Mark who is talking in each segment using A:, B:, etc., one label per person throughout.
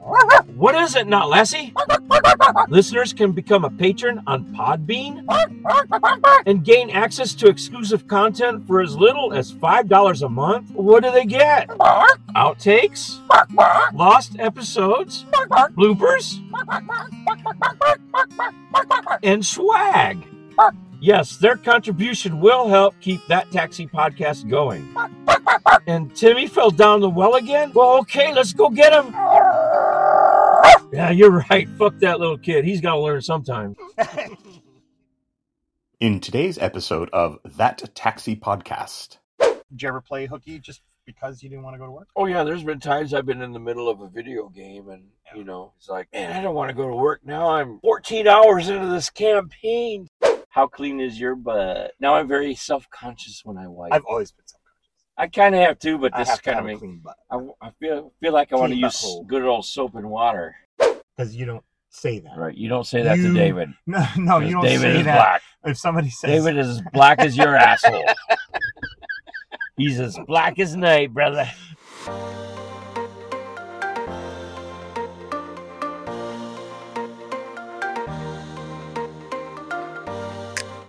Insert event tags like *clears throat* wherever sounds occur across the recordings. A: What is it now, Lassie? Listeners can become a patron on Podbean and gain access to exclusive content for as little as $5 a month. What do they get? Outtakes, lost episodes, bloopers, and swag. Yes, their contribution will help keep that taxi podcast going. And Timmy fell down the well again? Well, okay, let's go get him. Yeah, you're
B: *laughs*
A: right. Fuck that little kid. He's got to learn sometime.
C: In today's episode of That Taxi Podcast,
B: Did you ever play hooky just because you didn't want to go to work?
A: Oh yeah, there's been times I've been in the middle of a video game and you know, it's like, man, I don't want to go to work now. I'm 14 hours into this campaign. How clean is your butt? Now I'm very self-conscious when I wipe.
B: I've always been self-conscious.
A: i kind of have to, but
B: I
A: this
B: have to
A: kind
B: have
A: of
B: a
A: makes.
B: clean butt
A: I, I feel feel like I want to
B: Clean
A: use
B: butthole.
A: good old soap and water.
B: because you don't say that.
A: Right? You don't say that to
B: You-
A: David.
B: No, no,
A: 'cause
B: you don't
A: David
B: say
A: is
B: that.
A: black.
B: If somebody says
A: David is as black as your asshole. He's as black as night, brother.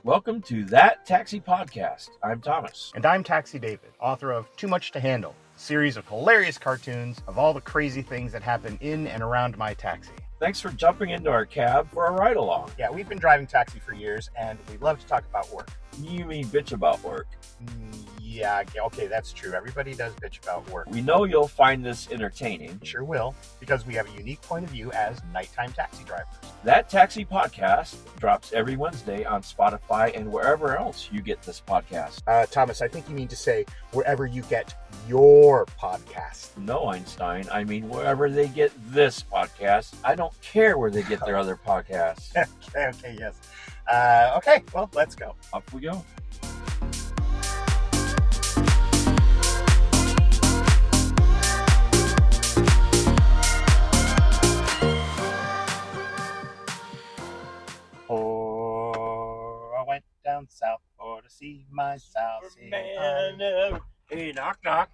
A: Welcome to that taxi podcast. I'm Thomas.
B: and I'm Taxi David, author of Too Much to Handle, a series of hilarious cartoons of all the crazy things that happen in and around my taxi.
A: Thanks for jumping into our cab for a ride along.
B: Yeah, we've been driving taxi for years, and we love to talk about work.
A: You mean bitch about work?
B: Mm, Yeah, okay, okay, that's true. Everybody does bitch about work.
A: We know you'll find this entertaining.
B: Sure will, because we have a unique point of view as nighttime taxi drivers.
A: That Taxi Podcast drops every Wednesday on Spotify and wherever else you get this podcast.
B: Uh, Thomas, I think you mean to say wherever you get your podcast.
A: No, Einstein, I mean wherever they get this podcast. I don't care where they get their other podcasts.
B: Okay, *laughs* okay, yes. Uh, okay, well, let's go.
A: *laughs* Up we go.
B: Oh, I went down south for to see my south
A: Man never, hey, knock, knock.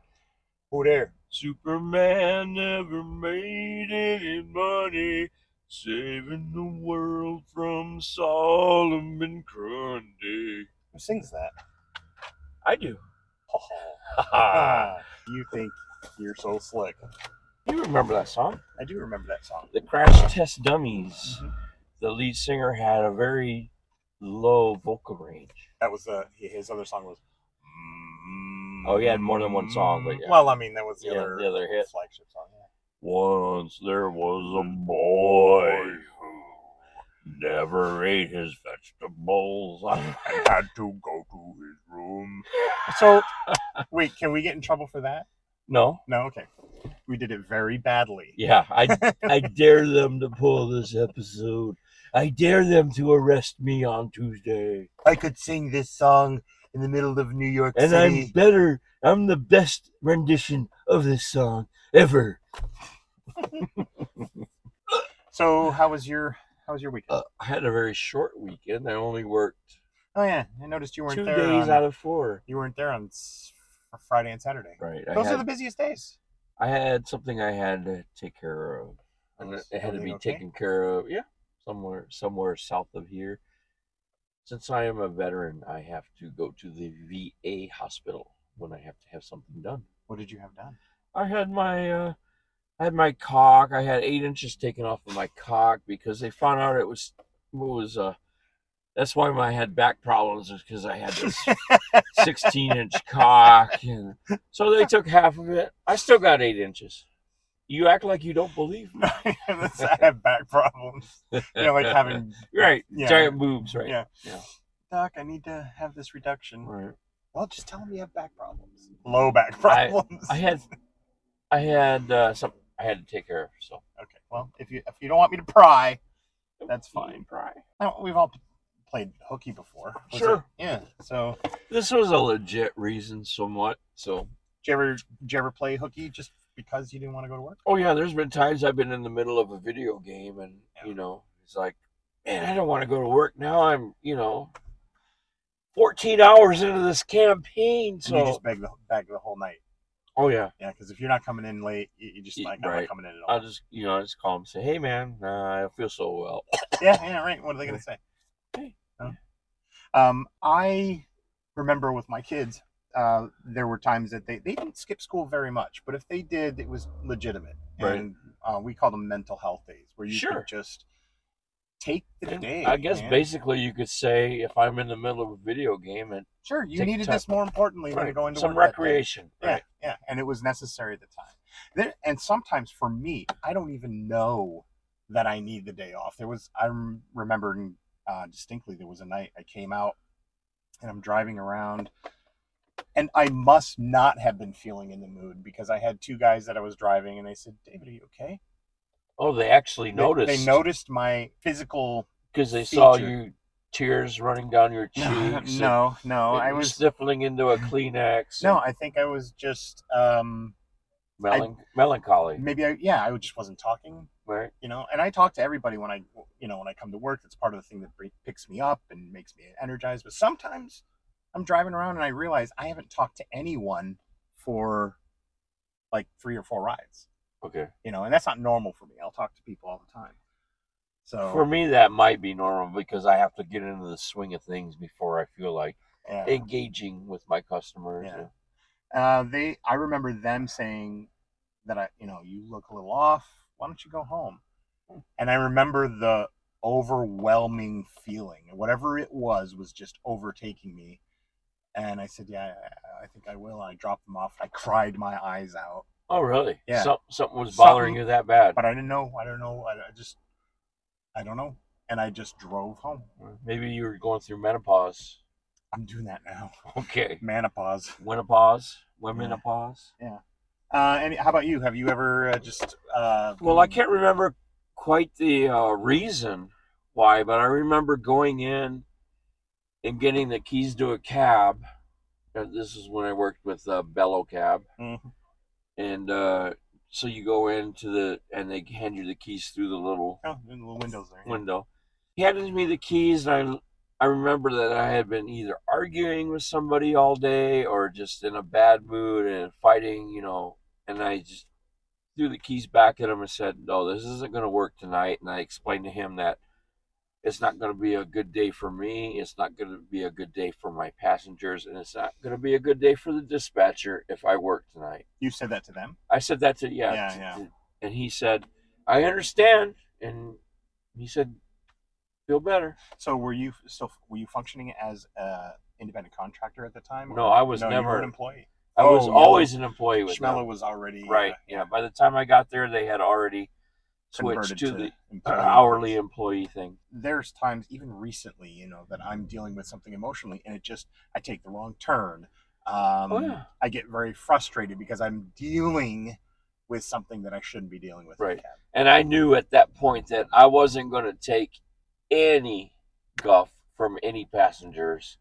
B: Who there?
A: Superman never made any money saving the world from Solomon Grundy.
B: Who sings that?
A: I *laughs* do.
B: Ah, you think you're so slick.
A: You remember that song? Mm-hmm.
B: I do remember that song.
A: The Crash Test Dummies.
B: Mhm.
A: The lead singer had a very low vocal range.
B: That was uh, his other song was.
A: Oh, he had more than one song, but yeah.
B: Mm, Well, I mean, that was the
A: Yeah,
B: other
A: the other hit.
B: flagship song. Yeah.
A: Once there was a boy who never ate his vegetables. *laughs*
B: I had to go to his room.
A: *laughs*
B: So, wait, can we get in trouble for that?
A: no.
B: No, okay. We did it very badly.
A: Yeah, I I dare them to pull this episode. I dare them to arrest me on Tuesday.
B: I could sing this song in the middle of New York
A: And I'm better. I'm the best rendition of this song ever.
B: So how was your how was your weekend?
A: Uh, I had a very short weekend. I only worked
B: oh yeah, I noticed you weren't
A: two
B: there.
A: days
B: on,
A: out of four.
B: you weren't there on s- Friday and Saturday.
A: Right. I
B: Those
A: had,
B: are the busiest days.
A: I had something I had to take care of. And it
B: Was
A: it had to be
B: everything okay?
A: taken care of. Yeah, somewhere somewhere south of here. Since I am a veteran, I have to go to the VA hospital when I have to have something done.
B: What did you
A: *laughs*
B: have done? *laughs*
A: I had my uh, I had my cock. I had eight inches taken off of my cock because they found out it was it was uh that's why my- I had back problems is because I had
B: *laughs*
A: this 16 inch cock and so they took half of it. I still got eight inches. You act like you don't believe me.
B: I have back problems. You know, like having
A: right
B: Yeah.
A: giant boobs, right?
B: yeah.
A: Yeah.
B: Doc, I need to have this reduction.
A: Right.
B: Well, just tell him you have back problems. Low back
A: I-
B: problems.
A: I had I had uh, some I had to take care of so
B: okay. Well, if you if you don't want me to pry, That's fine.
A: Right.
B: no, we've all played hooky before. Was it-
A: Sure.
B: Yeah. So
A: This was a legit reason, somewhat. So
B: Did you ever did you ever play hooky just because you didn't want to go to work?
A: Oh yeah, there's been times I've been in the middle of a video game and you know, it's like, man, I don't want to go to work now. I'm, you know, 14 hours into this campaign,
B: And you
A: so
B: just beg the beg the whole night.
A: Oh yeah.
B: Yeah, because if you're not coming in late, you- you're just
A: Y-
B: like, I'm
A: right.
B: not coming in at all.
A: I'll just you know I just call him and say, hey man, uh, I feel so well.
B: yeah, yeah, right. What are they gonna say?
A: Hey.
B: No. Um, I remember with my kids, uh, there were times that they, they didn't skip school very much, but if they did, it was legitimate.
A: Right.
B: And uh, we call them mental health days, where you
A: Sure.
B: could just take the day.
A: I guess
B: man.
A: basically you could say if I'm in the middle of a video game and
B: sure you
A: take
B: needed
A: time-
B: this more importantly when you're going to
A: some
B: work that day.
A: recreation.
B: Yeah,
A: Right.
B: yeah, and it was necessary at the time. There, and sometimes for me, I don't even know that I need the day off. There was I rem- remember uh, distinctly there was a night I came out and I'm driving around, and I must not have been feeling in the mood because I had two guys that I was driving and they said, "David, are you okay?"
A: Oh, they actually
B: They-
A: noticed.
B: They, noticed my physical.
A: because they saw
B: feature.
A: you tears running down your cheeks. and-
B: *laughs* no, no,
A: and
B: I
A: you
B: was
A: sniffling into
B: *laughs*
A: a Kleenex.
B: no.
A: and
B: I think I was just um,
A: melan- melancholy.
B: maybe I yeah I just wasn't talking
A: Right.
B: you know and i talk to everybody when i you know when i come to work that's part of the thing that bre- picks me up and makes me energized but sometimes i'm driving around and i realize i haven't talked to anyone for like three or four rides
A: Okay.
B: you know and that's not normal for me i'll talk to people all the time so
A: For me, that might be normal because I have to get into the swing of things before I feel like
B: yeah.
A: engaging with my customers.
B: Yeah. uh, they i remember them saying that i you know you look a little off why don't you go home
A: Hmm.
B: and i remember the overwhelming feeling whatever it was was just overtaking me and i said yeah I- i think i will and i dropped them off i *laughs* cried my eyes out
A: Oh, really?
B: Yeah.
A: Some, something was bothering
B: Something-
A: you that bad.
B: but i didn't know i don't know i, I just i don't know and i just drove home
A: Maybe you were going through menopause. *laughs*
B: i'm doing that now *laughs*
A: Okay.
B: manopause
A: Menopause. Womenopause.
B: uh and how about you have you ever uh, just uh
A: Well, I can't remember quite the uh, reason why, but I remember going in and getting the keys to a cab. And This is when I worked with uh, Bello Cab,
B: Mhm.
A: and uh, so you go into the and they hand you the keys through the little
B: oh, in the little windows there
A: window. He handed me the keys, and I I remember that I had been either arguing with somebody all day or just in a bad mood and fighting, you know. And I just threw the keys back at him and said, "No, this isn't going to work tonight." And I explained to him that it's not going to be a good day for me. It's not going to be a good day for my passengers, and it's not going to be a good day for the dispatcher if I work tonight.
B: you said that to them
A: I said that to yeah,
B: Yeah,
A: t-
B: yeah.
A: t- and he said, "I understand," and he said, "Feel better."
B: So were you so were you functioning as a independent contractor at the time?
A: No, I was
B: No, you were
A: never.
B: an employee.
A: I
B: Oh,
A: was
B: yeah.
A: always an employee with them.
B: Schmeller was already uh,
A: Right. Yeah. By the time I got there, they had already switched
B: converted
A: to, the
B: employee.
A: hourly employee thing.
B: There's times even recently, you know, that I'm dealing with something emotionally, and it just I take the wrong turn. Um,
A: oh yeah.
B: I get very frustrated because I'm dealing with something that I shouldn't be dealing with. in a
A: Right.
B: cab.
A: And I knew at that point that I wasn't going to take any guff from any passengers,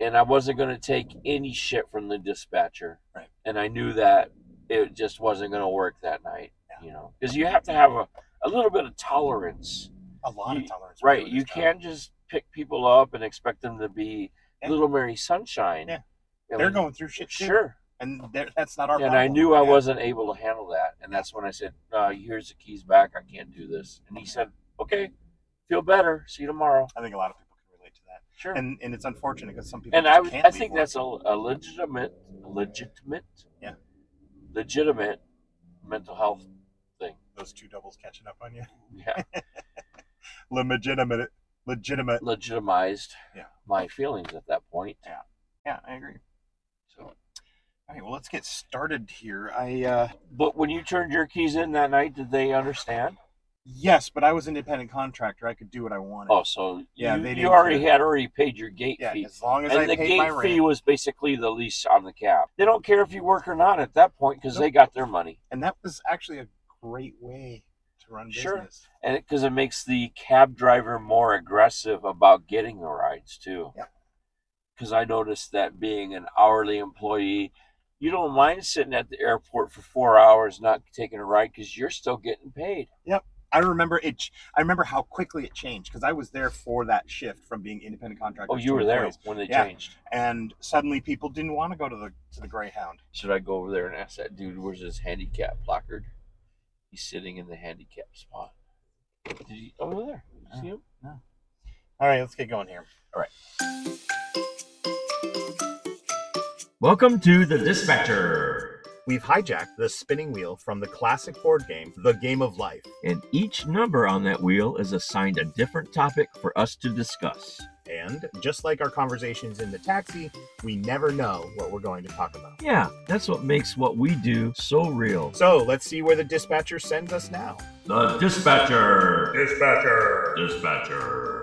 A: and I wasn't going to take any shit from the dispatcher.
B: Right.
A: And I knew that it just wasn't going to work that night,
B: Yeah.
A: you know, because you have to have a, a little bit of tolerance,
B: A lot
A: You-
B: of tolerance. for
A: right?
B: doing
A: You
B: this job.
A: can't just pick people up and expect them to be
B: Yeah.
A: little Mary Sunshine.
B: Yeah.
A: I
B: They're
A: mean,
B: going through shit. too,
A: sure
B: And they're- that's not our.
A: and I
B: problem.
A: knew I
B: Yeah.
A: wasn't able to handle that, and that's when I said, uh, "Here's the keys back. I can't do this." And he said, "Okay, feel better. See you tomorrow."
B: I think a lot of people can relate to that.
A: Sure. And,
B: and and it's unfortunate because some people
A: and I,
B: just
A: w-
B: can't
A: I
B: leave
A: think
B: work.
A: that's a, a legitimate, legitimate,
B: Yeah.
A: legitimate mental health thing.
B: those two doubles catching up on you *laughs*
A: Yeah,
B: legitimate legitimate
A: legitimized.
B: Yeah.
A: My feelings at that point.
B: yeah i agree
A: So,
B: all right well let's get started here i uh
A: but when you turned your keys in that night, did they understand?
B: yes but i was independent contractor i could do what i wanted
A: Oh, so
B: Yeah,
A: you,
B: they
A: you
B: didn't
A: already
B: care.
A: had already paid your gate
B: yeah
A: fee.
B: as long as
A: and
B: i
A: the
B: paid my
A: gate
B: rent
A: fee was basically the lease on the cab. They don't care if you work or not at that point because they got their money,
B: and that was actually a great way to run
A: Sure.
B: business
A: and because it, makes the cab driver more aggressive about getting the rides too.
B: Yeah.
A: Because I noticed that being an hourly employee, you don't mind sitting at the airport for four hours not taking a ride because you're still getting paid.
B: I remember it. ch- I remember how quickly it changed because I was there for that shift from being independent contractor.
A: Oh, you were there when they
B: Yeah.
A: changed.
B: and suddenly people didn't want to go to the to the Greyhound.
A: Should I go over there and ask that dude where's his handicap placard? He's sitting in the handicap spot. Did you over there? Did you see him?
B: All right, let's get going here.
D: Welcome to the Dispatcher.
B: We've hijacked the spinning wheel from the classic board game, The Game of Life,
D: And each number on that wheel is assigned a different topic for us to discuss.
B: and just like our conversations in the taxi, we never know what we're going to talk about.
D: Yeah, that's what makes what we do so real.
B: So let's see where the dispatcher sends us now.
D: The Dispatcher.
E: Dispatcher.
D: Dispatcher.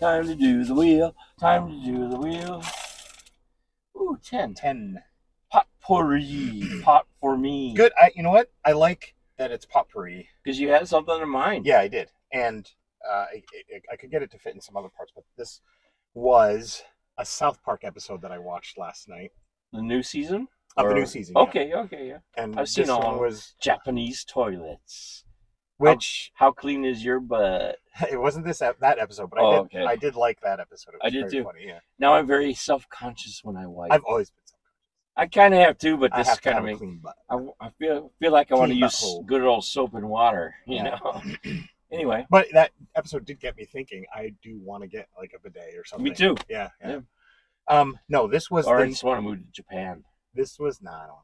A: Time to do the wheel. Time to do the wheel. Ooh, 10.
B: Ten.
A: Pot pourri. pot for me.
B: Good. I, you know what? I like that it's potpourri.
A: Because you had something in mind.
B: Yeah, I did, and uh, I, I, I could get it to fit in some other parts, but this was a South Park episode that I watched last night
A: The new season?
B: of the
A: Or-
B: new season. yeah.
A: Okay, okay, yeah.
B: and
A: I've seen
B: this
A: all of
B: one
A: 'em.
B: was
A: Japanese toilets.
B: which *laughs*
A: How clean is your butt?
B: it wasn't this ep- that episode, but
A: Oh,
B: I did
A: okay.
B: I did like that episode. It
A: I
B: was
A: did
B: very
A: too.
B: Funny, yeah,
A: Now I'm very self conscious when I wipe.
B: I've always been. South
A: I kind of have to, but
B: Park.
A: this
B: I have to
A: kind of
B: have a
A: makes.
B: clean butt.
A: I, I feel feel like I want to
B: Clean
A: use
B: butthole.
A: good old soap and water, you
B: Yeah.
A: know. *laughs* anyway,
B: But that episode did get me thinking. I do want to get like a bidet or something.
A: me too.
B: Yeah, yeah.
A: Yeah.
B: Um, no, this was
A: Or I
B: the-
A: just want to move to Japan.
B: this was not on.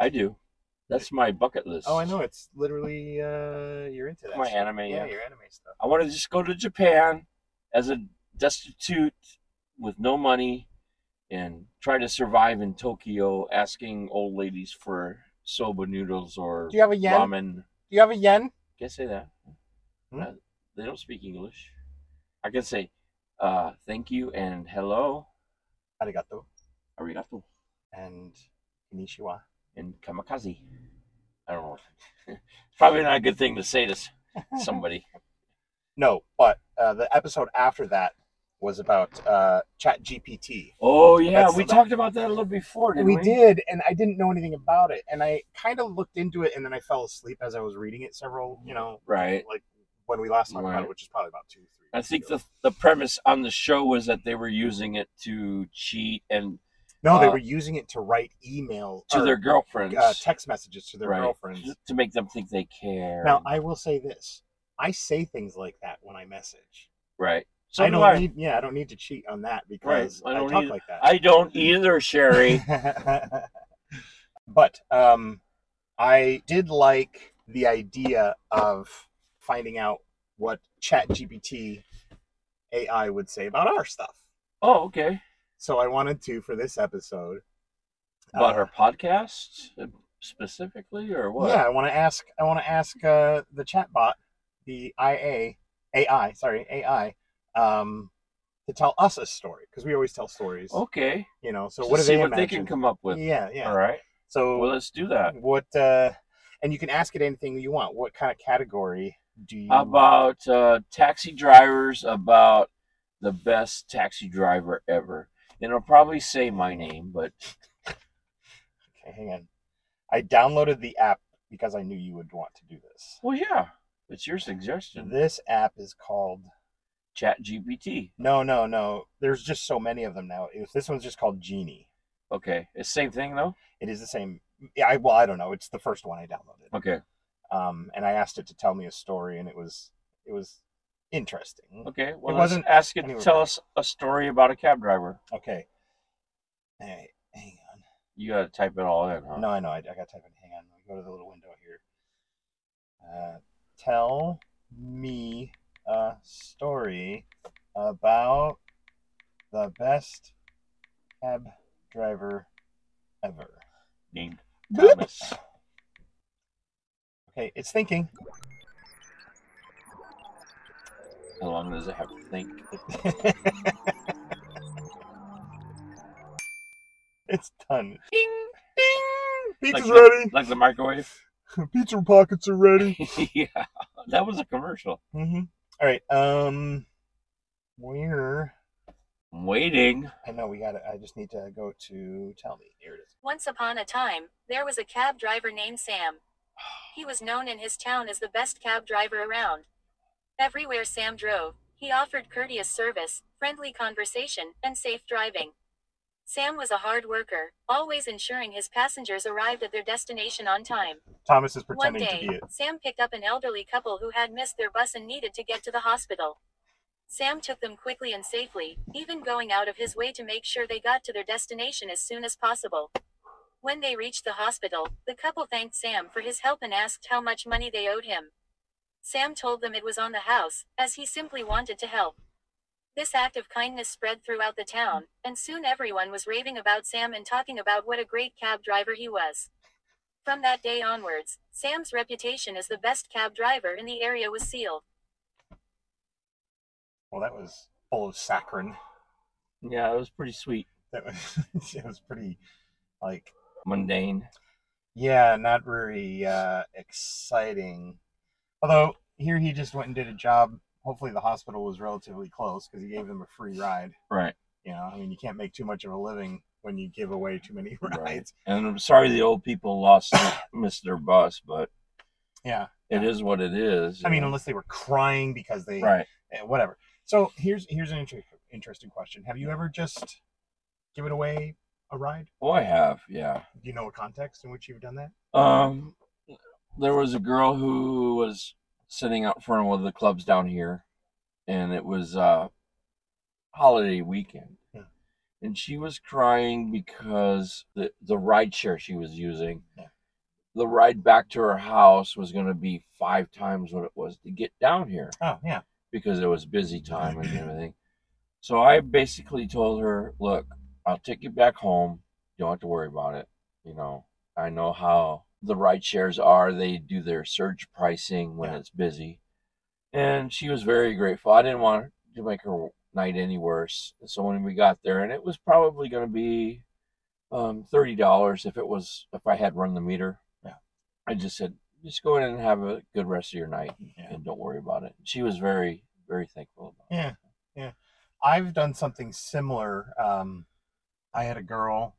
A: I do. That's my bucket list.
B: Oh, I know. It's literally uh, you're into that.
A: My
B: stuff.
A: anime.
B: yeah,
A: Yeah.
B: your anime stuff.
A: I want to just go to Japan as a destitute with no money and try to survive in Tokyo, asking old ladies for soba noodles or
B: Do you have a yen?
A: ramen.
B: Do you have a yen?
A: Can I say that?
B: Hmm?
A: Uh, they don't speak English. I can say uh, thank you and hello,
B: Arigato
A: arigato,
B: and konnichiwa.
A: and kamikaze. I don't know. *laughs* It's Probably not a good thing to say to s- somebody.
B: No, but uh, the episode after that was about uh, Chat GPT.
A: *laughs* Oh yeah,
B: That's-
A: we talked about that a little before, didn't we?
B: We did, and I didn't know anything about it, and I kind of looked into it, and then I fell asleep as I was reading it. Several, you know,
A: Right.
B: like when we last talked about
A: Right.
B: it, which is probably about two, three.
A: I
B: years
A: think
B: ago.
A: the the premise on the show was that they were using it to cheat and
B: no, they
A: uh,
B: were using it to write email
A: to
B: or,
A: their girlfriends
B: uh, text messages to their
A: Right.
B: girlfriends.
A: to make them think they care.
B: Now, I will say this: I say things like that when I message.
A: right. So
B: I
A: do
B: don't
A: I.
B: need, yeah, I don't need to cheat on that because
A: I
B: I,
A: don't
B: talk
A: either.
B: like that.
A: I don't either, *laughs* Sherry.
B: *laughs* but um, I did like the idea of finding out what ChatGPT AI would say about our stuff.
A: oh, okay.
B: So I wanted to for this episode.
A: About
B: uh,
A: our podcast uh, specifically, or what?
B: Yeah, I want to ask. I want to ask uh, the chatbot, the IA, AI, sorry, AI, um, to tell us a story because we always tell stories.
A: Okay.
B: You know, so
A: Oh, To
B: what do
A: see
B: they
A: what
B: imagine?
A: they can come up with?
B: yeah, yeah.
A: All right.
B: So
A: Well, let's do that.
B: what uh and you can ask it anything you want what kind of category do you
A: About uh, taxi drivers, about the best taxi driver ever. And it'll probably say my name, but
B: okay hang on i downloaded the app because i knew you would want to do this
A: well, yeah, it's your suggestion.
B: this app is called
A: Chat GPT.
B: no no no there's just so many of them now It- this one's just called genie
A: Okay, it's same thing though.
B: it is the same yeah I, well i don't know it's the first one i downloaded
A: Okay,
B: um and i asked it to tell me a story and it was it was interesting
A: okay. Well,
B: It
A: let's
B: wasn't
A: ask it to
B: anywhere
A: tell
B: near.
A: us a story about a cab driver.
B: okay hey hang on
A: You gotta type it all in, huh?
B: No, I know. I, I got to type in. Hang on. Let me go to the little window here. Uh, tell me a story about the best cab driver ever.
A: Named
B: Boop.
A: Thomas.
B: Okay, it's thinking.
A: How long does it have to think?
B: *laughs* it's done.
A: Ding,
B: Pizza's
A: Like
B: ready.
A: the, like the microwave.
B: Pizza pockets are ready.
A: *laughs* yeah, that was a commercial.
B: hmm All right. Um, where?
A: I'm waiting.
B: I know we got to I just need to go to tell me. Here it is.
F: Once upon a time, there was a cab driver named Sam.
E: He was known in his town as the best cab driver around. Everywhere Sam drove, he offered courteous service, friendly conversation, and safe driving. Sam was a hard worker, always ensuring his passengers arrived at their destination on time.
B: Thomas is
E: One
B: pretending to be
E: day,
B: it.
E: Sam picked up an elderly couple who had missed their bus and needed to get to the hospital. Sam took them quickly and safely, even going out of his way to make sure they got to their destination as soon as possible. When they reached the hospital, the couple thanked Sam for his help and asked how much money they owed him. Sam told them it was on the house, as he simply wanted to help. This act of kindness spread throughout the town, and soon everyone was raving about Sam and talking about what a great cab driver he was. From that day onwards, Sam's reputation as the best cab driver in the area was sealed.
B: Well, that was full of saccharine.
A: Yeah, it was pretty sweet.
B: That was it was *laughs* pretty like
A: Mundane.
B: yeah, not very uh, exciting. Although here he just went and did a job. Hopefully the hospital was relatively close because he gave them a free ride.
A: Right.
B: You know, I mean you can't make too much of a living when you give away too many *laughs* rides.
A: And I'm sorry the old people *coughs* lost missed their bus, but
B: Yeah.
A: it is what it is.
B: I
A: you
B: mean,
A: know.
B: unless they were crying because they
A: right.
B: eh, whatever. So here's here's an inter- interesting question. Have you ever just given away a ride?
A: Oh, I have. Yeah.
B: Do you know a context in which you've done that?
A: Um, there was a girl who was sitting out front of one of the clubs down here, and it was uh holiday weekend,
B: Yeah.
A: and she was crying because the the ride share she was using,
B: Yeah.
A: the ride back to her house was going to be five times what it was to get down here
B: Oh yeah.
A: because it was busy time
B: *clears throat*
A: and everything. So I basically told her, look, I'll take you back home. You don't have to worry about it. You know, I know how the ride shares are. They do their surge pricing when
B: Yeah.
A: it's busy. And she was very grateful. I didn't want to make her night any worse. So when we got there, and it was probably going to be um, $30 if it was, if I had run the meter.
B: Yeah.
A: I just said, just go in and have a good rest of your night
B: Yeah.
A: and don't worry about it. She was very, very thankful about it.
B: Yeah, yeah. I've done something similar. Um, I had a girl.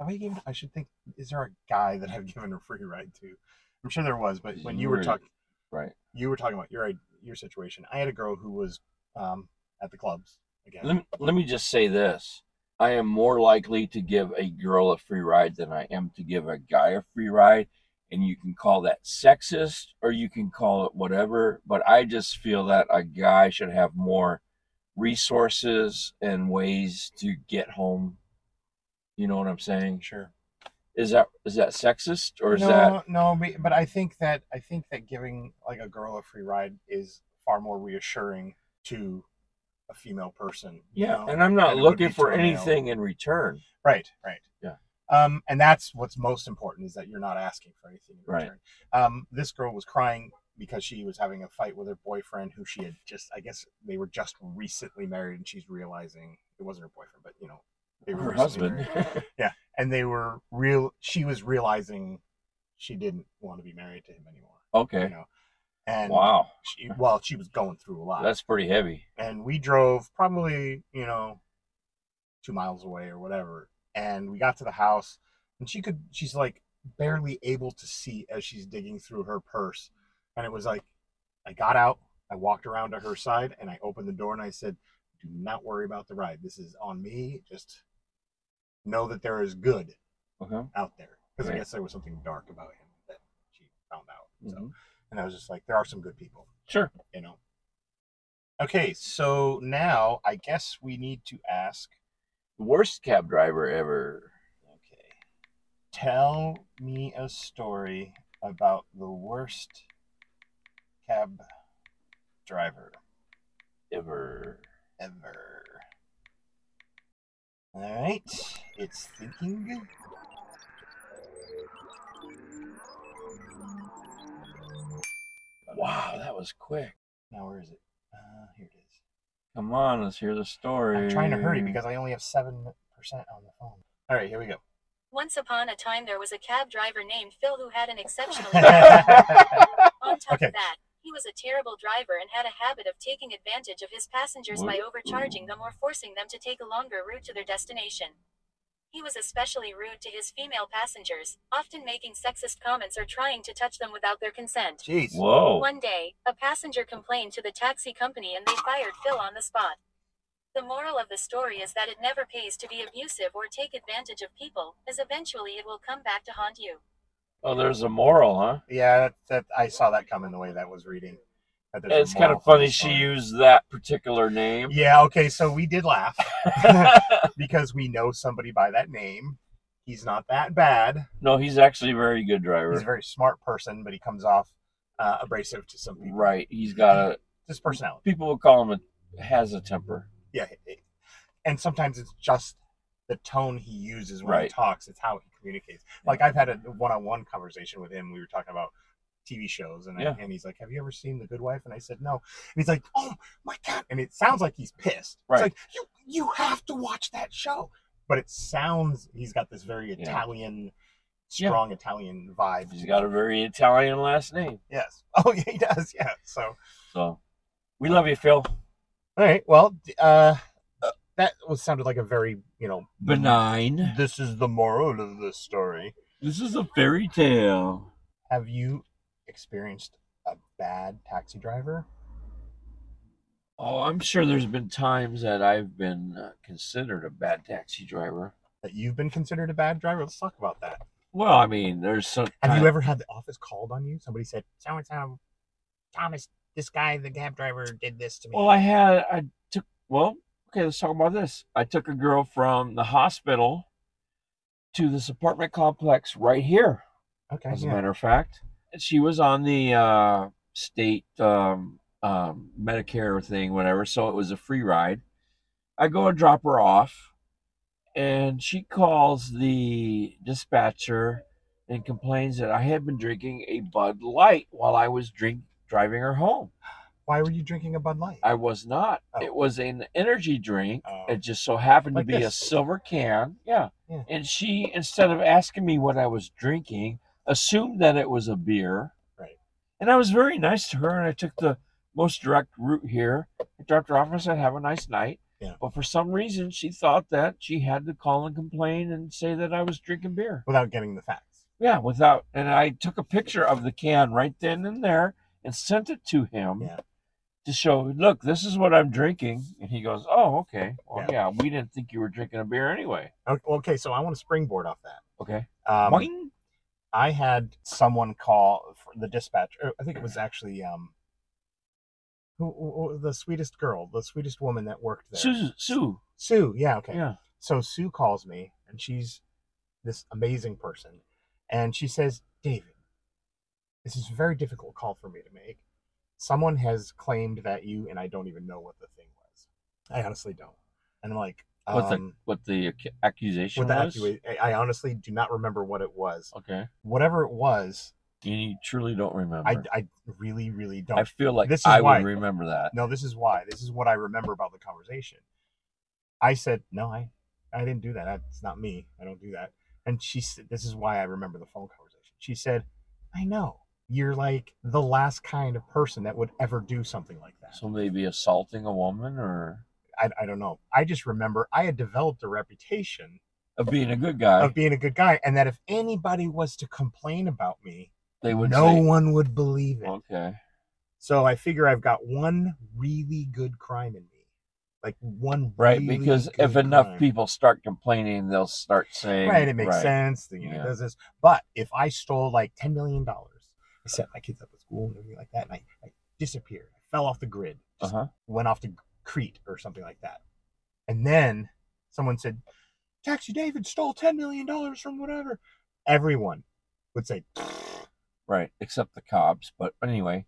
B: Have I given? I should think. Is there a guy that I've *laughs* given a free ride to? I'm sure there was, but when you were
A: Right.
B: talking,
A: Right.
B: you were talking about your your situation. I had a girl who was um, at the clubs again.
A: Let me, let me just say this. I am more likely to give a girl a free ride than I am to give a guy a free ride. And you can call that sexist or you can call it whatever. But I just feel that a guy should have more resources and ways to get home. You know what I'm saying?
B: Sure.
A: Is that is that sexist or is
B: no,
A: that
B: no, be- but I think that I think that giving like a girl a free ride is far more reassuring to a female person. you
A: yeah?
B: know,
A: And I'm not
B: than it would
A: looking
B: be
A: for
B: to a male.
A: anything in return.
B: Right, right.
A: Yeah.
B: Um, and that's what's most important is that you're not asking for anything in
A: Right.
B: return. Um, this girl was crying because she was having a fight with her boyfriend, who she had just, I guess they were just recently married, and she's realizing it wasn't her boyfriend, but you know, they were
A: Her
B: recently
A: husband.
B: *laughs* married. and they were real. She was realizing she didn't want to be married to him anymore. You
A: okay.
B: know, and
A: Wow.
B: she, well, she was going through a lot.
A: That's pretty heavy.
B: and we drove probably you know two miles away or whatever and we got to the house and she could she's like barely able to see as she's digging through her purse and it was like i got out i walked around to her side and i opened the door and i said do not worry about the ride this is on me just know that there is good
A: Okay.
B: out there because i
A: Right.
B: guess there was something dark about him that she found out so
A: Mhm.
B: and i was just like there are some good people
A: Sure.
B: you know. Okay, so now I guess we need to ask.
A: Worst cab driver ever.
B: Okay, tell me a story about the worst cab driver
A: Ever.
B: ever. All right, it's thinking.
A: Wow, that was quick.
B: Now where is it? Uh, here it is.
A: Come on, let's hear the story.
B: I'm trying to hurry because I only have seven percent on the phone. All right, here we go.
E: Once upon a time, there was a cab driver named Phil who had an exceptional. *laughs* On top
B: Okay.
E: of that, he was a terrible driver and had a habit of taking advantage of his passengers by overcharging them or forcing them to take a longer route to their destination. He was especially rude to his female passengers, often making sexist comments or trying to touch them without their consent.
B: Jeez.
A: Oh.
D: Whoa.
E: One day, a passenger complained to the taxi company and they fired Phil on the spot. The moral of the story is that it never pays to be abusive or take advantage of people, as eventually it will come back to haunt you.
D: Oh, there's a moral, huh?
B: Yeah, that, that I saw that coming the way that was reading. That there's a
D: It's kind
B: moral
D: of
B: to the
D: funny she
B: story.
D: used that particular name.
B: Yeah. Okay. So we
D: *laughs*
B: did laugh because we know somebody by that name. He's not that bad.
D: no, he's actually a very good
B: He's a
D: driver.
B: very smart person, but he comes off uh, abrasive to some people.
D: Right. He's got a
B: His personality.
D: people would call him a has a temper.
B: Yeah. it- it- And sometimes it's just the tone he uses when he
D: Right.
B: talks. It's how he communicates. Like I've had a one-on-one conversation with him. We were talking about TV shows, and I-
D: Yeah.
B: and he's like, "Have you ever seen The Good Wife?" And I said, "No." And he's like, "Oh my god!" And it sounds like he's pissed.
D: Right.
B: It's like you you have to watch that show, but it sounds he's got this very
D: Yeah.
B: Italian,
D: Yeah.
B: strong Italian vibe.
D: He's got a very Italian last name.
B: yes. *laughs* Oh yeah, he does. Yeah. So
D: So we love you, Phil.
B: all right. Well, uh, that was sounded like a very you know
A: Benign.
B: This is the moral of this story.
A: This is a fairy tale.
B: Have you experienced a bad taxi driver?
A: Oh, I'm sure there's been times that I've been uh, considered a bad taxi driver.
B: That you've been considered a bad driver? Let's talk about that.
A: Well, I mean, there's some.
B: Have you ever had the office called on you? Somebody said, "So and so, Thomas, this guy, the cab driver, did this to me."
A: Well, I had I took well, okay, let's talk about this. I took a girl from the hospital to this apartment complex right here,
B: okay,
A: as a
B: yeah.
A: matter of fact. And she was on the uh, state um, um, Medicare thing, whatever, so it was a free ride. I go and drop her off, and she calls the dispatcher and complains that I had been drinking a Bud Light while I was drink driving her home.
B: Why were you drinking a Bud Light?
A: I was not.
B: Oh.
A: It was an energy drink.
B: Oh.
A: It just so happened
B: Like
A: to be
B: this.
A: a silver can. Yeah.
B: Yeah.
A: And she, instead of asking me what I was drinking, assumed that it was a beer.
B: Right.
A: And I was very nice to her, and I took the most direct route here. I dropped her off and I said, "Have a nice night."
B: Yeah.
A: But for some reason, she thought that she had to call and complain and say that I was drinking beer.
B: Without getting the facts.
A: Yeah, without. And I took a picture of the can right then and there and sent it to him
B: Yeah.
A: to show, look, this is what I'm drinking. And he goes, oh, okay. Well, yeah, we didn't think you were drinking a beer anyway.
B: O- Okay, so I want to springboard off that.
A: Okay.
B: Um,
A: Boing.
B: I had someone call for the dispatcher. I think it was actually um, who, who, who- the sweetest girl, the sweetest woman that worked there.
A: Sue, Sue.
B: Sue. Yeah. Okay.
A: Yeah.
B: So Sue calls me, and she's this amazing person, and she says, "David, this is a very difficult call for me to make. Someone has claimed that you, and I don't even know what the thing was. I honestly don't." And I'm like,
A: What's the-
B: um,
A: What the ac- accusation
B: what the
A: was?
B: accu- I I honestly do not remember what it was.
A: Okay.
B: Whatever it was,
A: You truly don't remember.
B: I,
A: I,
B: I really, really don't.
A: feel like
B: This is
A: I
B: why-
A: would remember that.
B: no, this is why. This is what I remember about the conversation. I said, no, I, I didn't do that. That's not me. I don't do that. And she said, this is why I remember the phone conversation. She said, I know. You're like the last kind of person that would ever do something like that.
A: So maybe assaulting a woman or
B: I, I don't know. I just remember I had developed a reputation
A: of being a good guy,
B: of being a good guy, and that if anybody was to complain about me,
A: they would
B: no one would believe it.
A: say, okay.
B: So I figure I've got one really good crime in me, like one
A: Right,
B: really
A: because if
B: good
A: enough
B: crime.
A: people start complaining, they'll start saying,
B: right, it makes sense. The, you know,
A: Yeah.
B: does this. But if I stole like ten million dollars, I set my kids up at school and everything like that, and I, I disappeared, I fell off the grid,
A: Uh
B: just
A: huh.
B: went off to Crete or something like that, and then someone said, "Taxi David stole ten million dollars from whatever," everyone would say,
A: Right, except the cops. But anyway,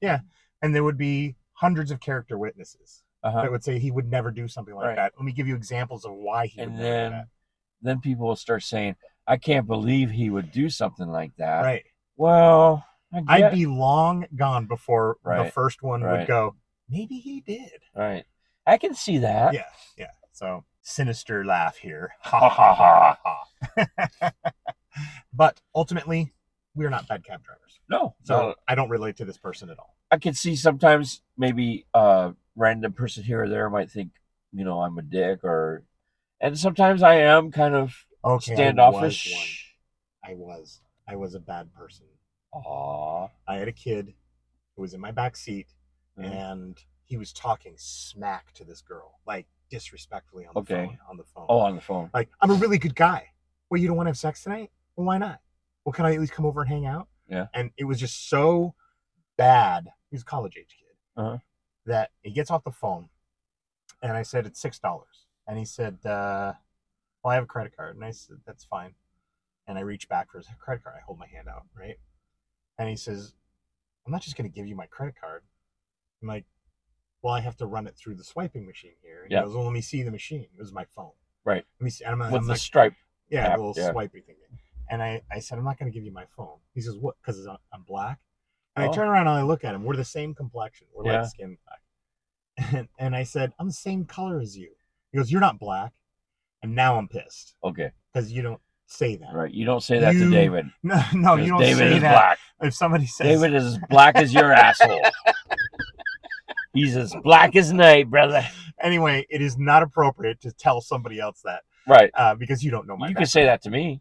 B: and there would be hundreds of character witnesses.
A: uh huh.
B: that would say he would never do something like
A: Right.
B: that. Let me give you examples of why he would
A: And
B: never
A: then,
B: do
A: then people will start saying, "I can't believe he would do something like
B: that.
A: that."
B: Right.
A: Well, I get,
B: I'd be long gone before the
A: Right.
B: first one would
A: Right.
B: go, maybe he did.
A: right. I can see that.
B: Yeah. Yeah. So sinister laugh here. Ha ha ha ha. *laughs* but ultimately, we're not bad cab drivers.
A: No.
B: So
A: So
B: I don't relate to this person at all.
A: I can see sometimes maybe a random person here or there might think, you know, I'm a dick, or, and sometimes I am kind of
B: Okay. I was
A: standoffish.
B: one. I was. I was a bad person.
A: Aw.
B: I had a kid who was in my back seat,
A: Mhm.
B: and he was talking smack to this girl, like disrespectfully on the
A: Okay.
B: phone. On the phone.
A: Oh, on the phone.
B: Like, I'm a really good guy. Well, you don't want to have sex tonight? Well, why not? Well, can I at least come over and hang out?
A: Yeah.
B: And it was just so bad. He was a college age kid.
A: Uh-huh.
B: That he gets off the phone and I said, it's $6. And he said, uh, well, I have a credit card. And I said, that's fine. And I reach back for his credit card. I hold my hand out, right? And he says, I'm not just going to give you my credit card. I'm like, well, I have to run it through the swiping machine here. And
A: Yeah.
B: He goes, well, let me see the machine. It was my phone.
A: Right.
B: Let me see. And I'm, not-
A: With
B: I'm
A: the
B: not-
A: stripe.
B: yeah,
A: app,
B: a little
A: yeah.
B: swipey thing. And I, I said, I'm not going to give you my phone. He says, what? Because I'm black. And
A: Oh.
B: I turn around and I look at him. We're the same complexion. We're
A: Yeah.
B: light skinned black. *laughs* And, and I said, I'm the same color as you. He goes, you're not black. And now I'm pissed
A: Okay.
B: because you don't say that.
A: Right. You don't say that to
B: You-
A: David.
B: *laughs* No, no,
A: 'cause
B: you don't
A: David
B: say
A: is
B: that.
A: black.
B: If somebody says,
A: David is as black as your
B: *laughs*
A: asshole. He's as black as night, brother.
B: anyway, it is not appropriate to tell somebody else that
A: Right.
B: uh, because you don't know my
A: Oh You can say that to me.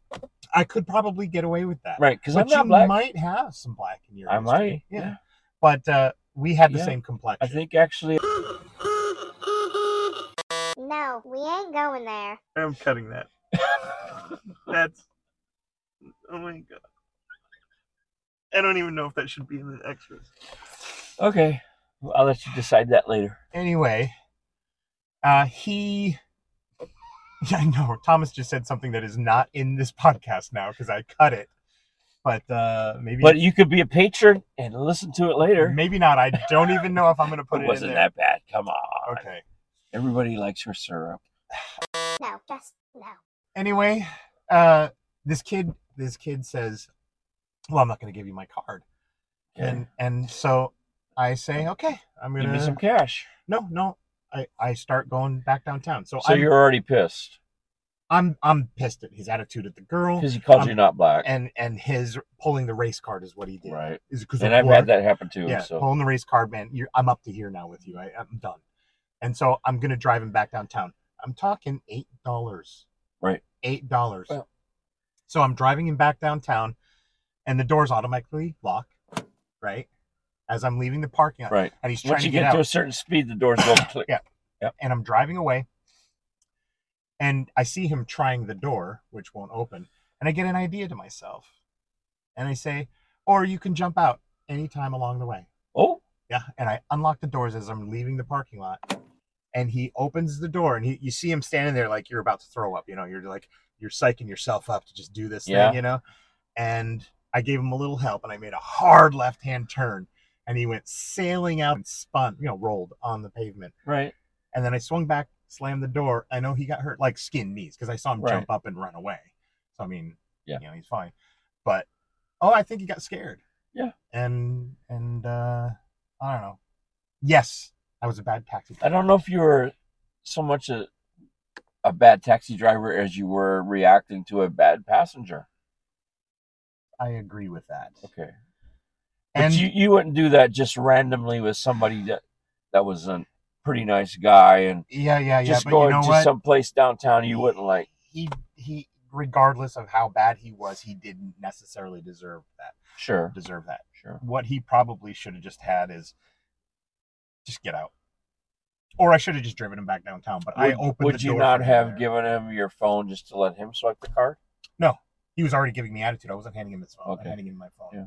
B: I could probably get away with that.
A: Right. Because
B: But
A: I'm not
B: you
A: black.
B: might have some black in your
A: I
B: history.
A: might.
B: Yeah.
A: yeah.
B: But uh, we had the
A: Yeah.
B: same complexion.
A: I think actually. *laughs*
F: No, we ain't going there.
B: I'm cutting that. That's. Oh my god. I don't even know if that should be in the extras.
A: Okay. Well, I'll let you decide that later.
B: Anyway, uh, he. *laughs* Yeah, I know. Thomas just said something that is not in this *laughs* podcast now because I cut it. But uh, maybe.
A: But you could be a patron and listen to it later.
B: maybe not. I don't even know if I'm going to
A: *laughs*
B: put
A: it
B: it,
A: wasn't
B: in there.
A: that bad. Come on.
B: Okay.
A: Everybody likes her syrup.
F: No, just no.
B: anyway, uh, this kid, this kid says, "Well, I'm not going to give you my card,"
A: Okay.
B: and and so I say, "Okay, I'm
A: Give me
B: gonna."
A: some cash.
B: No, no, I I start going back downtown. So,
A: So
B: I'm,
A: you're already pissed
B: I'm I'm pissed at his attitude at the girl,
A: because he called
B: Um,
A: you not black,
B: and and his pulling the race card is what he did.
A: right?
B: Is because
A: And I've had that happen to him.
B: Yeah,
A: so
B: pulling the race card, man. You're, I'm up to here now with you. I, I'm done, and so I'm gonna drive him back downtown. I'm talking eight dollars.
A: Right.
B: Eight dollars.
A: Well-
B: So I'm driving him back downtown, and the doors automatically lock. Right. As I'm leaving the parking lot,
A: right.
B: and he's trying
A: Once
B: to
A: you
B: get,
A: get, to a
B: out,
A: certain speed, the doors don't click.
B: Yeah. and I'm driving away, and I see him trying the door, which won't open, and I get an idea to myself, and I say, "Or you can jump out anytime along the way."
A: Oh,
B: Yeah, and I unlock the doors as I'm leaving the parking lot. And he opens the door, and he, you see him standing there like you're about to throw up. You know, you're like you're psyching yourself up to just do this
A: Yeah.
B: thing. You know, and I gave him a little help, and I made a hard left-hand turn, and he went sailing out and spun, you know, rolled on the pavement.
A: right.
B: And then I swung back, slammed the door. I know he got hurt, like skinned knees, because I saw him
A: Right.
B: jump up and run away. So I mean,
A: Yeah.
B: you know, he's fine. But oh, I think he got scared.
A: Yeah.
B: And and uh I don't know. Yes, I was a bad taxi
A: I
B: driver.
A: don't know if you were so much a, a bad taxi driver as you were reacting to a bad passenger.
B: I agree with that.
A: Okay.
B: And
A: but you, you wouldn't do that just randomly with somebody that that was a pretty nice guy and
B: yeah, yeah, yeah.
A: just
B: but
A: going
B: you know
A: to
B: what?
A: some place downtown you wouldn't like.
B: he he regardless of how bad he was, he didn't necessarily deserve that.
A: Sure.
B: Deserve that.
A: Sure.
B: what he probably should have just had is just get out. Or I should have just driven him back downtown, but I
A: Would-
B: opened
A: Would
B: the
A: you
B: door
A: not
B: for him
A: have
B: there.
A: given him your phone just to let him swipe the card?
B: He was already giving me attitude. I wasn't handing him his phone.
A: Okay.
B: I'm handing him my phone.
A: Yeah.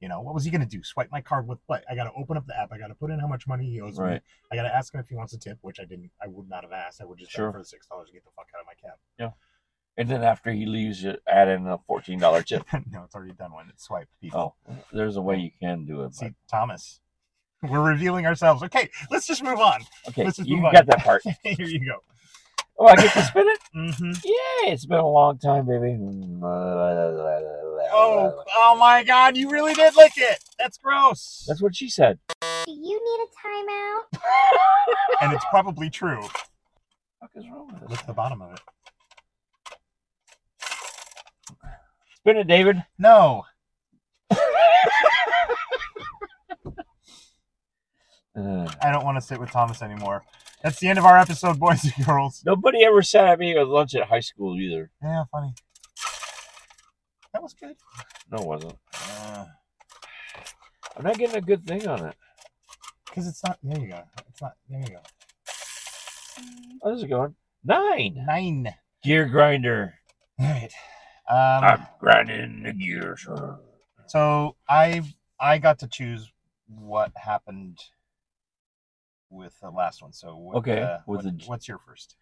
B: You know, what was he going to do? Swipe my card with what? I got to open up the app. I got to put in how much money he owes me.
A: Right.
B: I got to ask him if he wants a tip, which I didn't. I would not have asked. I would just
A: Sure.
B: for the $6 and get the fuck out of my cab.
A: And then after he leaves, you add in a fourteen dollar tip.
B: *laughs* no, it's already done when it's swiped. People.
A: Oh, there's a way you can do it.
B: See,
A: But,
B: Thomas, we're revealing ourselves. Okay, let's just move on. *laughs*
A: okay,
B: let's just
A: you
B: move on.
A: got that
B: *laughs*
A: part.
B: Here you go.
A: Oh, I get to spin it.
B: Mm-hmm.
A: Yay! It's been a long time, baby.
B: Oh,
A: Oh,
B: oh my God! You really did lick it. That's gross.
A: that's what she said.
F: Do you need a timeout?
B: and it's probably true.
A: What the fuck is wrong with this?
B: Lick the bottom of it.
A: Spin it, David.
B: No.
A: Uh,
B: Uh. I don't want to sit with Thomas anymore. That's the end of our episode, boys and girls.
A: Nobody ever sat at me at lunch at high school either.
B: Yeah, funny. That was good. Uh,
A: No, it wasn't.
B: Because
A: I'm not getting a good thing on it.
B: it's not. There you go. It's not. There you go.
A: How's it going? Nine.
B: Nine.
A: Gear grinder.
B: All right. Um,
A: I'm grinding the gears.
B: So I I got to choose what happened with the last one. So what,
A: Okay,
B: uh,
A: with
B: what-
A: the-
B: what's your first?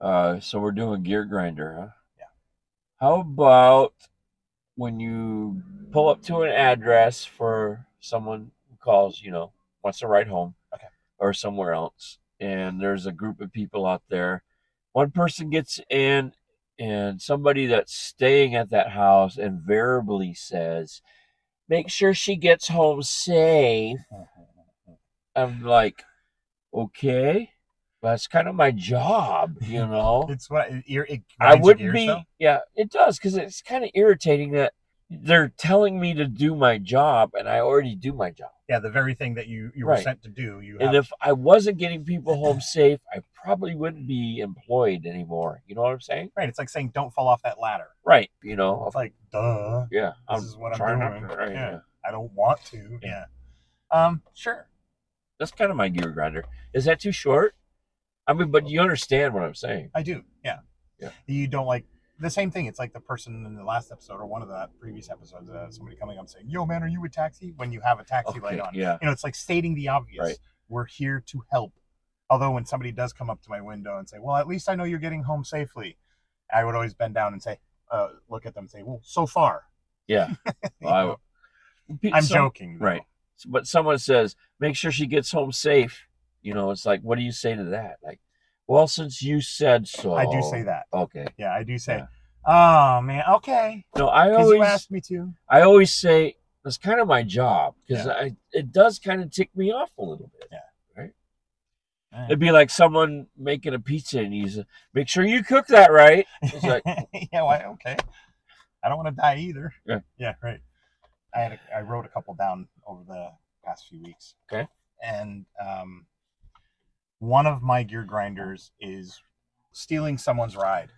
A: Uh, so we're doing gear grinder, huh?
B: Yeah.
A: How about when you pull up to an address for someone who calls, you know, wants to ride home
B: Okay.
A: or somewhere else, and there's a group of people out there. One person gets in, and somebody that's staying at that house invariably says, Make sure she gets home safe.
B: Uh-huh.
A: I'm like, Okay, that's kind of my job,
B: *laughs*
A: you know?
B: It's what it, it, it
A: I
B: grinds your
A: would
B: gears,
A: be.
B: though?
A: Yeah, it does because it's kind of irritating that they're telling me to do my job and I already do my job.
B: Yeah, the very thing that you you
A: Right.
B: were sent to do. You
A: And
B: have,
A: if I wasn't getting people home safe, I probably wouldn't be employed anymore. You know what I'm saying?
B: right. It's like saying don't fall off that ladder.
A: Right. You know.
B: It's like duh.
A: Yeah.
B: This
A: I'm
B: is what I'm
A: trying
B: doing.
A: not to. Right,
B: Yeah.
A: yeah.
B: I don't want to. Yeah.
A: Yeah.
B: Um. Sure.
A: That's kind of my gear grinder. Is that too short? I mean, but you understand what I'm saying.
B: I do. Yeah.
A: Yeah.
B: You don't like the same thing. It's like the person in the last episode or one of the previous episodes. Uh, somebody coming up saying, "Yo, man, are you a taxi?" When you have a taxi light
A: Okay,
B: on.
A: yeah.
B: You know, it's like stating the obvious.
A: Right.
B: We're here to help. Although when somebody does come up to my window and say, "Well, at least I know you're getting home safely," I would always bend down and say, uh, look at them and say, "Well, so far."
A: Yeah.
B: *laughs* You
A: Well,
B: know?
A: I,
B: I'm
A: so-
B: joking. though.
A: Right. But someone says, make sure she gets home safe. You know, it's like, what do you say to that? Like, well, since you said so.
B: I do say that.
A: Okay.
B: Yeah, I do say,
A: Yeah.
B: "Oh man, okay,"
A: No, I
B: because you
A: always,
B: asked me to.
A: I always say that's kind of my job because I it does kind of tick me off a little bit.
B: Yeah.
A: Right.
B: Yeah.
A: It'd be like someone making a pizza and he's make sure you cook that right. It's like,
B: *laughs* yeah, why? Okay. I don't want to die either.
A: Yeah.
B: Yeah, right. I had a, I wrote a couple down over the past few weeks.
A: Okay.
B: And um, one of my gear grinders is stealing someone's ride.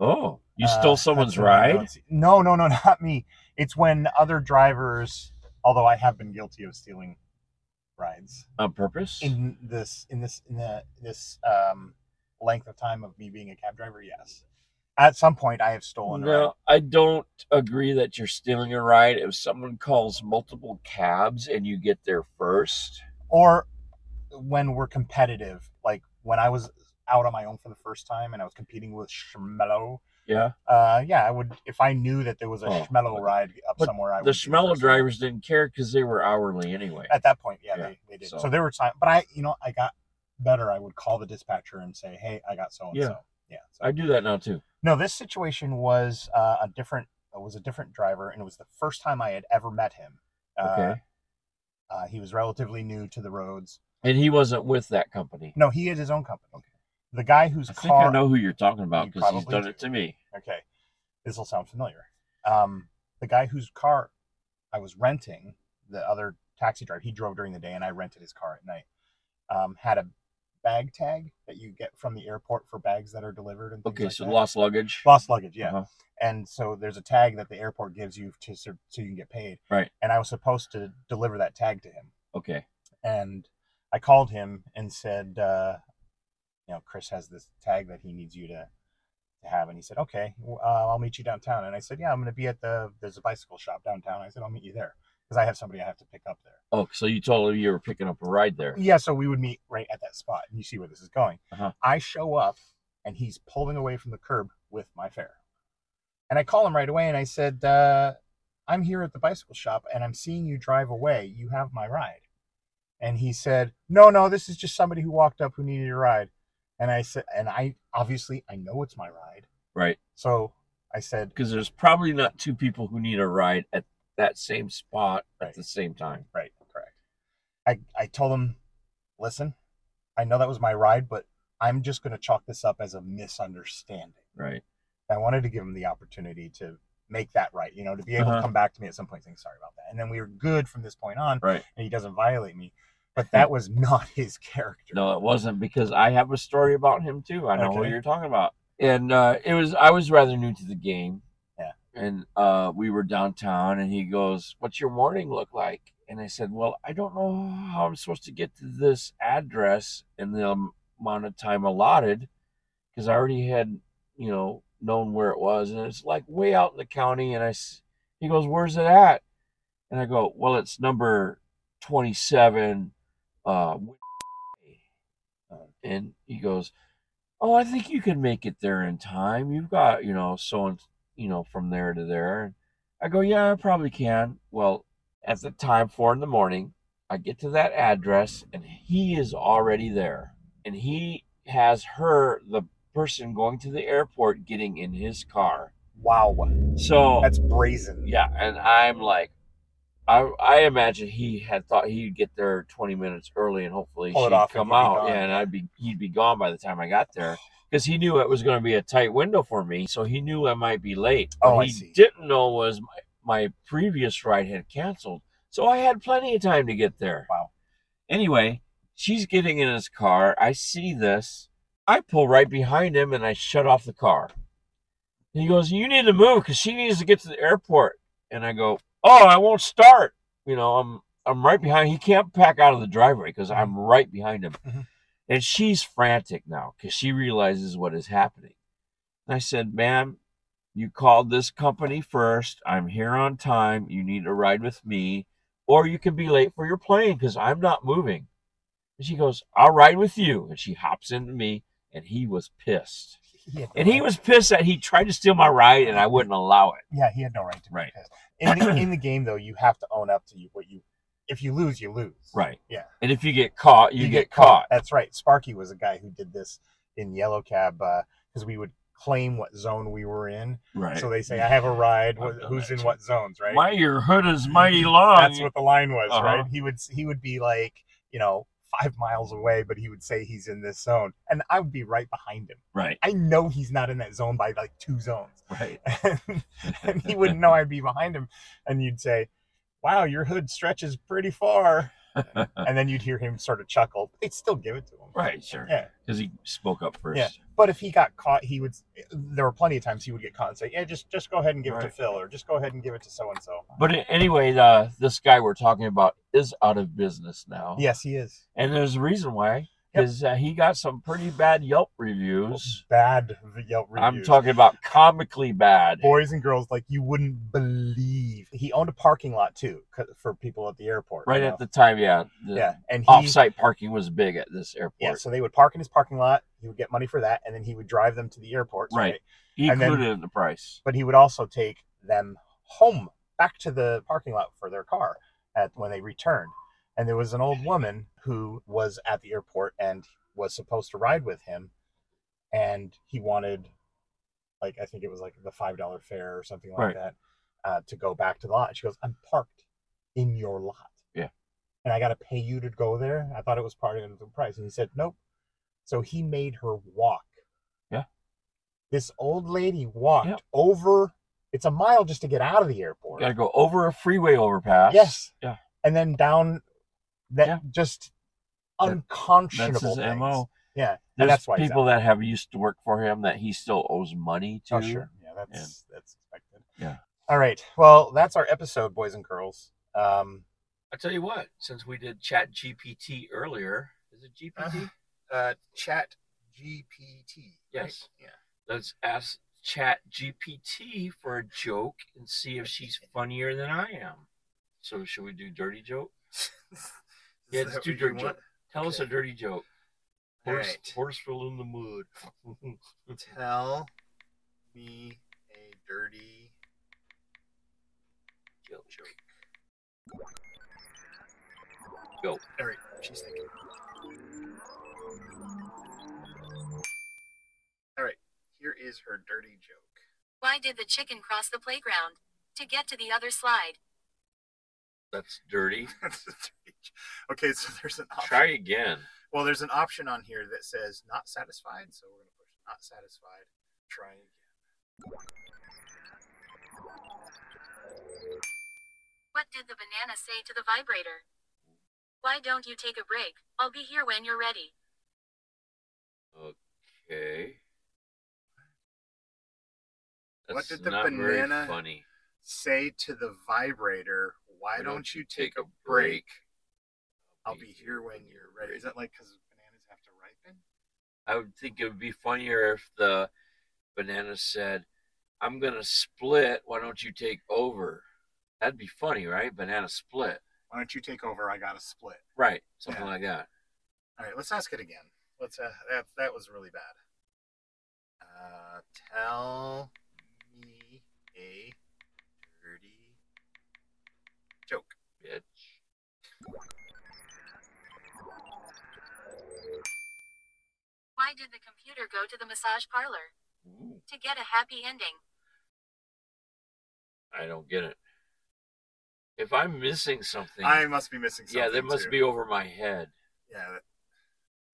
A: oh, you
B: Uh,
A: stole
B: that's
A: someone's
B: another
A: ride.
B: one. No, no, *laughs* no, not me. It's when other drivers, although I have been guilty of stealing rides
A: on purpose.
B: in this in this in the this um length of time of me being a cab driver yes at some point i have stolen a ride.
A: No, I don't agree that you're stealing a ride. If someone calls multiple cabs and you get there first,
B: or when we're competitive like when i was out on my own for the first time and i was competing with schmello
A: yeah.
B: uh yeah i would if i knew that there was a
A: Oh,
B: schmello
A: okay.
B: ride up
A: But
B: somewhere i
A: the
B: would be
A: Schmello
B: first.
A: drivers didn't care because they were hourly anyway.
B: at that point yeah,
A: Yeah,
B: they, they did so.
A: so-
B: there were times but i you know i got better i would call the dispatcher and say hey i got so and so yeah so
A: I do that now too.
B: No, this situation was uh, a different uh, was a different driver, and it was the first time I had ever met him. Uh,
A: Okay.
B: uh, he was relatively new to the roads.
A: and he wasn't with that company.
B: No, he had his own company. The guy whose
A: I think
B: car
A: I know who you're talking about
B: You
A: because he's
B: probably
A: done
B: do.
A: it to me.
B: okay, this will sound familiar. Um, the guy whose car I was renting, the other taxi driver, he drove during the day, and I rented his car at night. Um, had a bag tag that you get from the airport for bags that are delivered and things
A: Okay,
B: like
A: so
B: that.
A: lost luggage.
B: lost luggage, yeah.
A: Uh-huh. and
B: and so there's a tag that the airport gives you to so so you can get paid.
A: Right.
B: And I was supposed to deliver that tag to him,
A: Okay.
B: and I called him and said, uh, you know, Chris has this tag that he needs you to to have, and he said, okay, w- uh, I'll meet you downtown. And I said, yeah, I'm going to be at the there's a bicycle shop downtown. I said, I'll meet you there because I have somebody I have to pick up there.
A: Oh, so you told him you were picking up a ride there.
B: Yeah, so we would meet right at that spot, and you see where this is going.
A: Uh-huh.
B: I show up, and he's pulling away from the curb with my fare. And I call him right away, and I said, uh, "I'm here at the bicycle shop, and I'm seeing you drive away. You have my ride." And he said, "No, no, this is just somebody who walked up who needed a ride." And I said, and I obviously I know it's my ride,
A: Right.
B: so I said,
A: Because there's probably not two people who need a ride at that same spot
B: Right.
A: at the same time.
B: Right, correct. I, I told him, listen, I know that was my ride, but I'm just going to chalk this up as a misunderstanding.
A: Right.
B: I wanted to give him the opportunity to make that right, you know, to be able to
A: Uh-huh.
B: come back to me at some point saying, sorry about that. And then we were good from this point on,
A: Right.
B: and he doesn't violate me. but that was *laughs* not his character.
A: No, it wasn't because I have a story about him too. I know what
B: Okay.
A: you're talking about. And uh, it was I was rather new to the game.
B: Yeah.
A: And uh, we were downtown, and he goes, "What's your morning look like?" And I said, "Well, I don't know how I'm supposed to get to this address in the amount of time allotted, because I already had, you know, known where it was, and it's like way out in the county." And I, s- he goes, "Where's it at?" And I go, "Well, it's number twenty-seven, uh, Uh-huh. and he goes, "Oh, I think you can make it there in time. You've got, you know, so and you know from there to there." And I go, "Yeah, I probably can." Well, at the time, four in the morning, I get to that address, and he is already there, and he has her, the person going to the airport, getting in his car.
B: Wow,
A: So
B: that's brazen.
A: yeah, and I'm like, I I imagine he had thought he'd get there 20 minutes early and hopefully
B: Pull it
A: she'd
B: off and
A: come
B: he'd be
A: out.
B: gone.
A: Yeah, and I'd be he'd be gone by the time I got there because he knew it was going to be a tight window for me, so he knew I might be late.
B: Oh,
A: What
B: I
A: he
B: see.
A: didn't know was my my previous ride had canceled, so I had plenty of time to get there.
B: Wow.
A: Anyway, she's getting in his car. I see this. I pull right behind him and I shut off the car. And he goes, "You need to move because she needs to get to the airport." And I go, "Oh, I won't start." You know, I'm I'm right behind. He can't pack out of the driveway because I'm right behind him.
B: Mhm.
A: And she's frantic now because she realizes what is happening. And I said, "Ma'am, you called this company first. I'm here on time. You need to ride with me, or you can be late for your plane because I'm not moving." And she goes, "I'll ride with you." And she hops into me, and he was pissed.
B: He had no
A: And he
B: right-
A: was pissed that he tried to steal my ride and I wouldn't allow it.
B: yeah, he had no right to
A: Right.
B: be pissed. In the, in the game though, you have to own up to you what you. If you lose, you lose.
A: Right.
B: Yeah.
A: And if you get caught, you, get, caught.
B: That's right. Sparky was a guy who did this in Yellow Cab because we would claim what zone we were in.
A: Right.
B: So they say, "I have a ride.
A: I've
B: wh-
A: done
B: Who's
A: that
B: in
A: too.
B: what zones?" Right.
A: Why your hood is mighty long.
B: That's what the line was,
A: Uh-huh.
B: right? He would he would be like, you know, five miles away, but he would say he's in this zone, and I would be right behind him.
A: right.
B: I know he's not in that zone by like two zones, *laughs*
A: Right.
B: and, he wouldn't know I'd be behind him. And you'd say, "Wow, your hood stretches
A: *laughs*
B: pretty far," and then you'd hear him sort of chuckle. They'd still give it to him,
A: Right, sure.
B: Yeah.
A: Because he spoke up first.
B: Yeah. But if he got caught, he would. There were plenty of times he would get caught and say, "Yeah, just just go ahead and give it to
A: Right.
B: Phil, or just go ahead and give it to so and so."
A: But a- anyway, uh, this guy we're talking about is out of business now.
B: Yes, he is
A: And there's a reason why.
B: Yep.
A: Because uh, he got some pretty bad Yelp reviews.
B: bad Yelp reviews.
A: I'm talking about comically bad.
B: boys and girls like you wouldn't believe. He owned a parking lot too c- for people at the airport.
A: Right
B: you
A: at
B: know?
A: the time, yeah. The
B: yeah, and he
A: Off-site parking was big at this airport.
B: yeah. So they would park in his parking lot. He would get money for that, and then he would drive them to the airport.
A: Right. He
B: And then-
A: included it in the price.
B: But he would also take them home back to the parking lot for their car at when they returned. And there was an old woman who was at the airport and was supposed to ride with him, and he wanted, like I think it was like the five dollar fare or something like
A: Right.
B: that, uh, to go back to the lot. She goes, "I'm parked in your lot."
A: Yeah.
B: And I got to pay you to go there. I thought it was part of the price, and he said, "Nope." So he made her walk.
A: Yeah.
B: This old lady walked
A: Yeah.
B: over. It's a mile just to get out of the airport.
A: Got to go over a freeway overpass.
B: Yes.
A: Yeah.
B: And then down that
A: Yeah.
B: just
A: That-
B: unconscionable
A: That's his
B: things.
A: MO.
B: Yeah.
A: There's
B: and that's why he's
A: people
B: out.
A: that have used to work for him that he still owes money to.
B: Oh, sure. Yeah, that's that's expected.
A: Yeah.
B: All right. Well, that's our episode, boys and girls. Um
A: I tell you what, since we did Chat GPT earlier, is it GPT?
B: uh chat GPT.
A: Yes.
B: Yeah.
A: Let's ask Chat GPT for a joke and see if she's funnier than I am. So should we do dirty joke? Yeah, let's do dirty joke. Tell us a
G: Okay.
A: dirty joke.
G: All
A: Horse,
G: right.
A: Horseful in the mood.
G: Tell me a dirty
A: Joke.
G: All right, she's thinking. All right, here is her dirty joke. *laughs*
E: Why did the chicken cross the playground? To get to the other slide.
A: That's dirty.
G: That's a dirty jo- okay, so there's an option.
A: Try again.
G: Well, there's an option on here that says not satisfied, so we're gonna push not satisfied. Try again.
E: What did the banana say to the vibrator? Why don't you take a break? I'll be here when you're ready.
A: Okay.
B: What
A: That's
B: did the
A: not very
B: banana-
A: funny.
B: Say to the vibrator, why
A: Why
B: don't, you take, a break? I'll be here when you're ready. Is that like because bananas have to ripen?
A: I would think it would be funnier if the banana said, "I'm gonna split. Why don't you take over?" That'd be funny, right? Banana split,
B: Why don't you take over? I got to split.
A: right? Something
B: Yeah.
A: like that.
B: All right, let's ask it again. Let's. Uh, that that was really bad. Uh, tell me a dirty joke.
A: Bitch.
E: Why did the computer go to the massage parlor?
A: Ooh,
E: To get a happy ending.
A: I don't get it. If I'm missing something,
B: I must be missing something.
A: yeah, that must
B: too.
A: be over my head.
B: Yeah, that,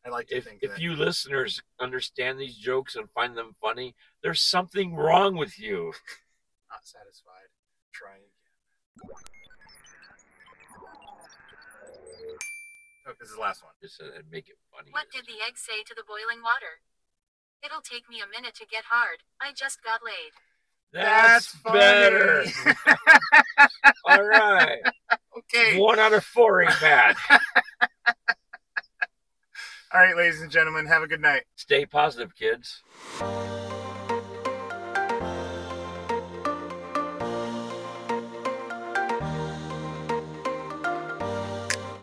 B: I like to
A: If
B: think
A: if
B: that.
A: you listeners understand these jokes and find them funny, there's something wrong with you.
B: not satisfied. Try again. Oh, this is the last one.
A: Just uh, make it funny.
E: What did the egg say to the boiling water? It'll take me a minute to get hard. I just got laid.
A: That's,
B: funny.
A: better. All
B: *laughs*
A: right.
B: okay.
A: One out of four ain't bad.
B: All right, ladies and gentlemen, have a good night.
A: Stay positive, kids.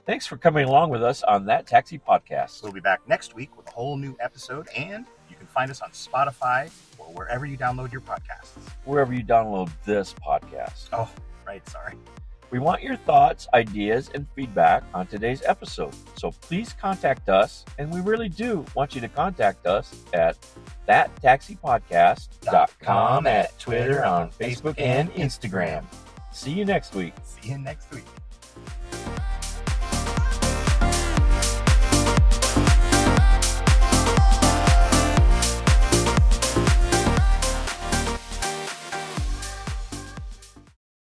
A: Thanks for coming along with us on that taxi podcast.
H: We'll be back next week with a whole new episode, and you can find us on Spotify or wherever you download your podcasts.
A: wherever you download this podcast.
H: Oh, right, sorry. *laughs*
A: We want your thoughts, ideas, and feedback on today's episode. So please contact us, and we really do want you to contact us at thattaxipodcast.com at Twitter, on Facebook, and Instagram. See you next week.
H: See you next week.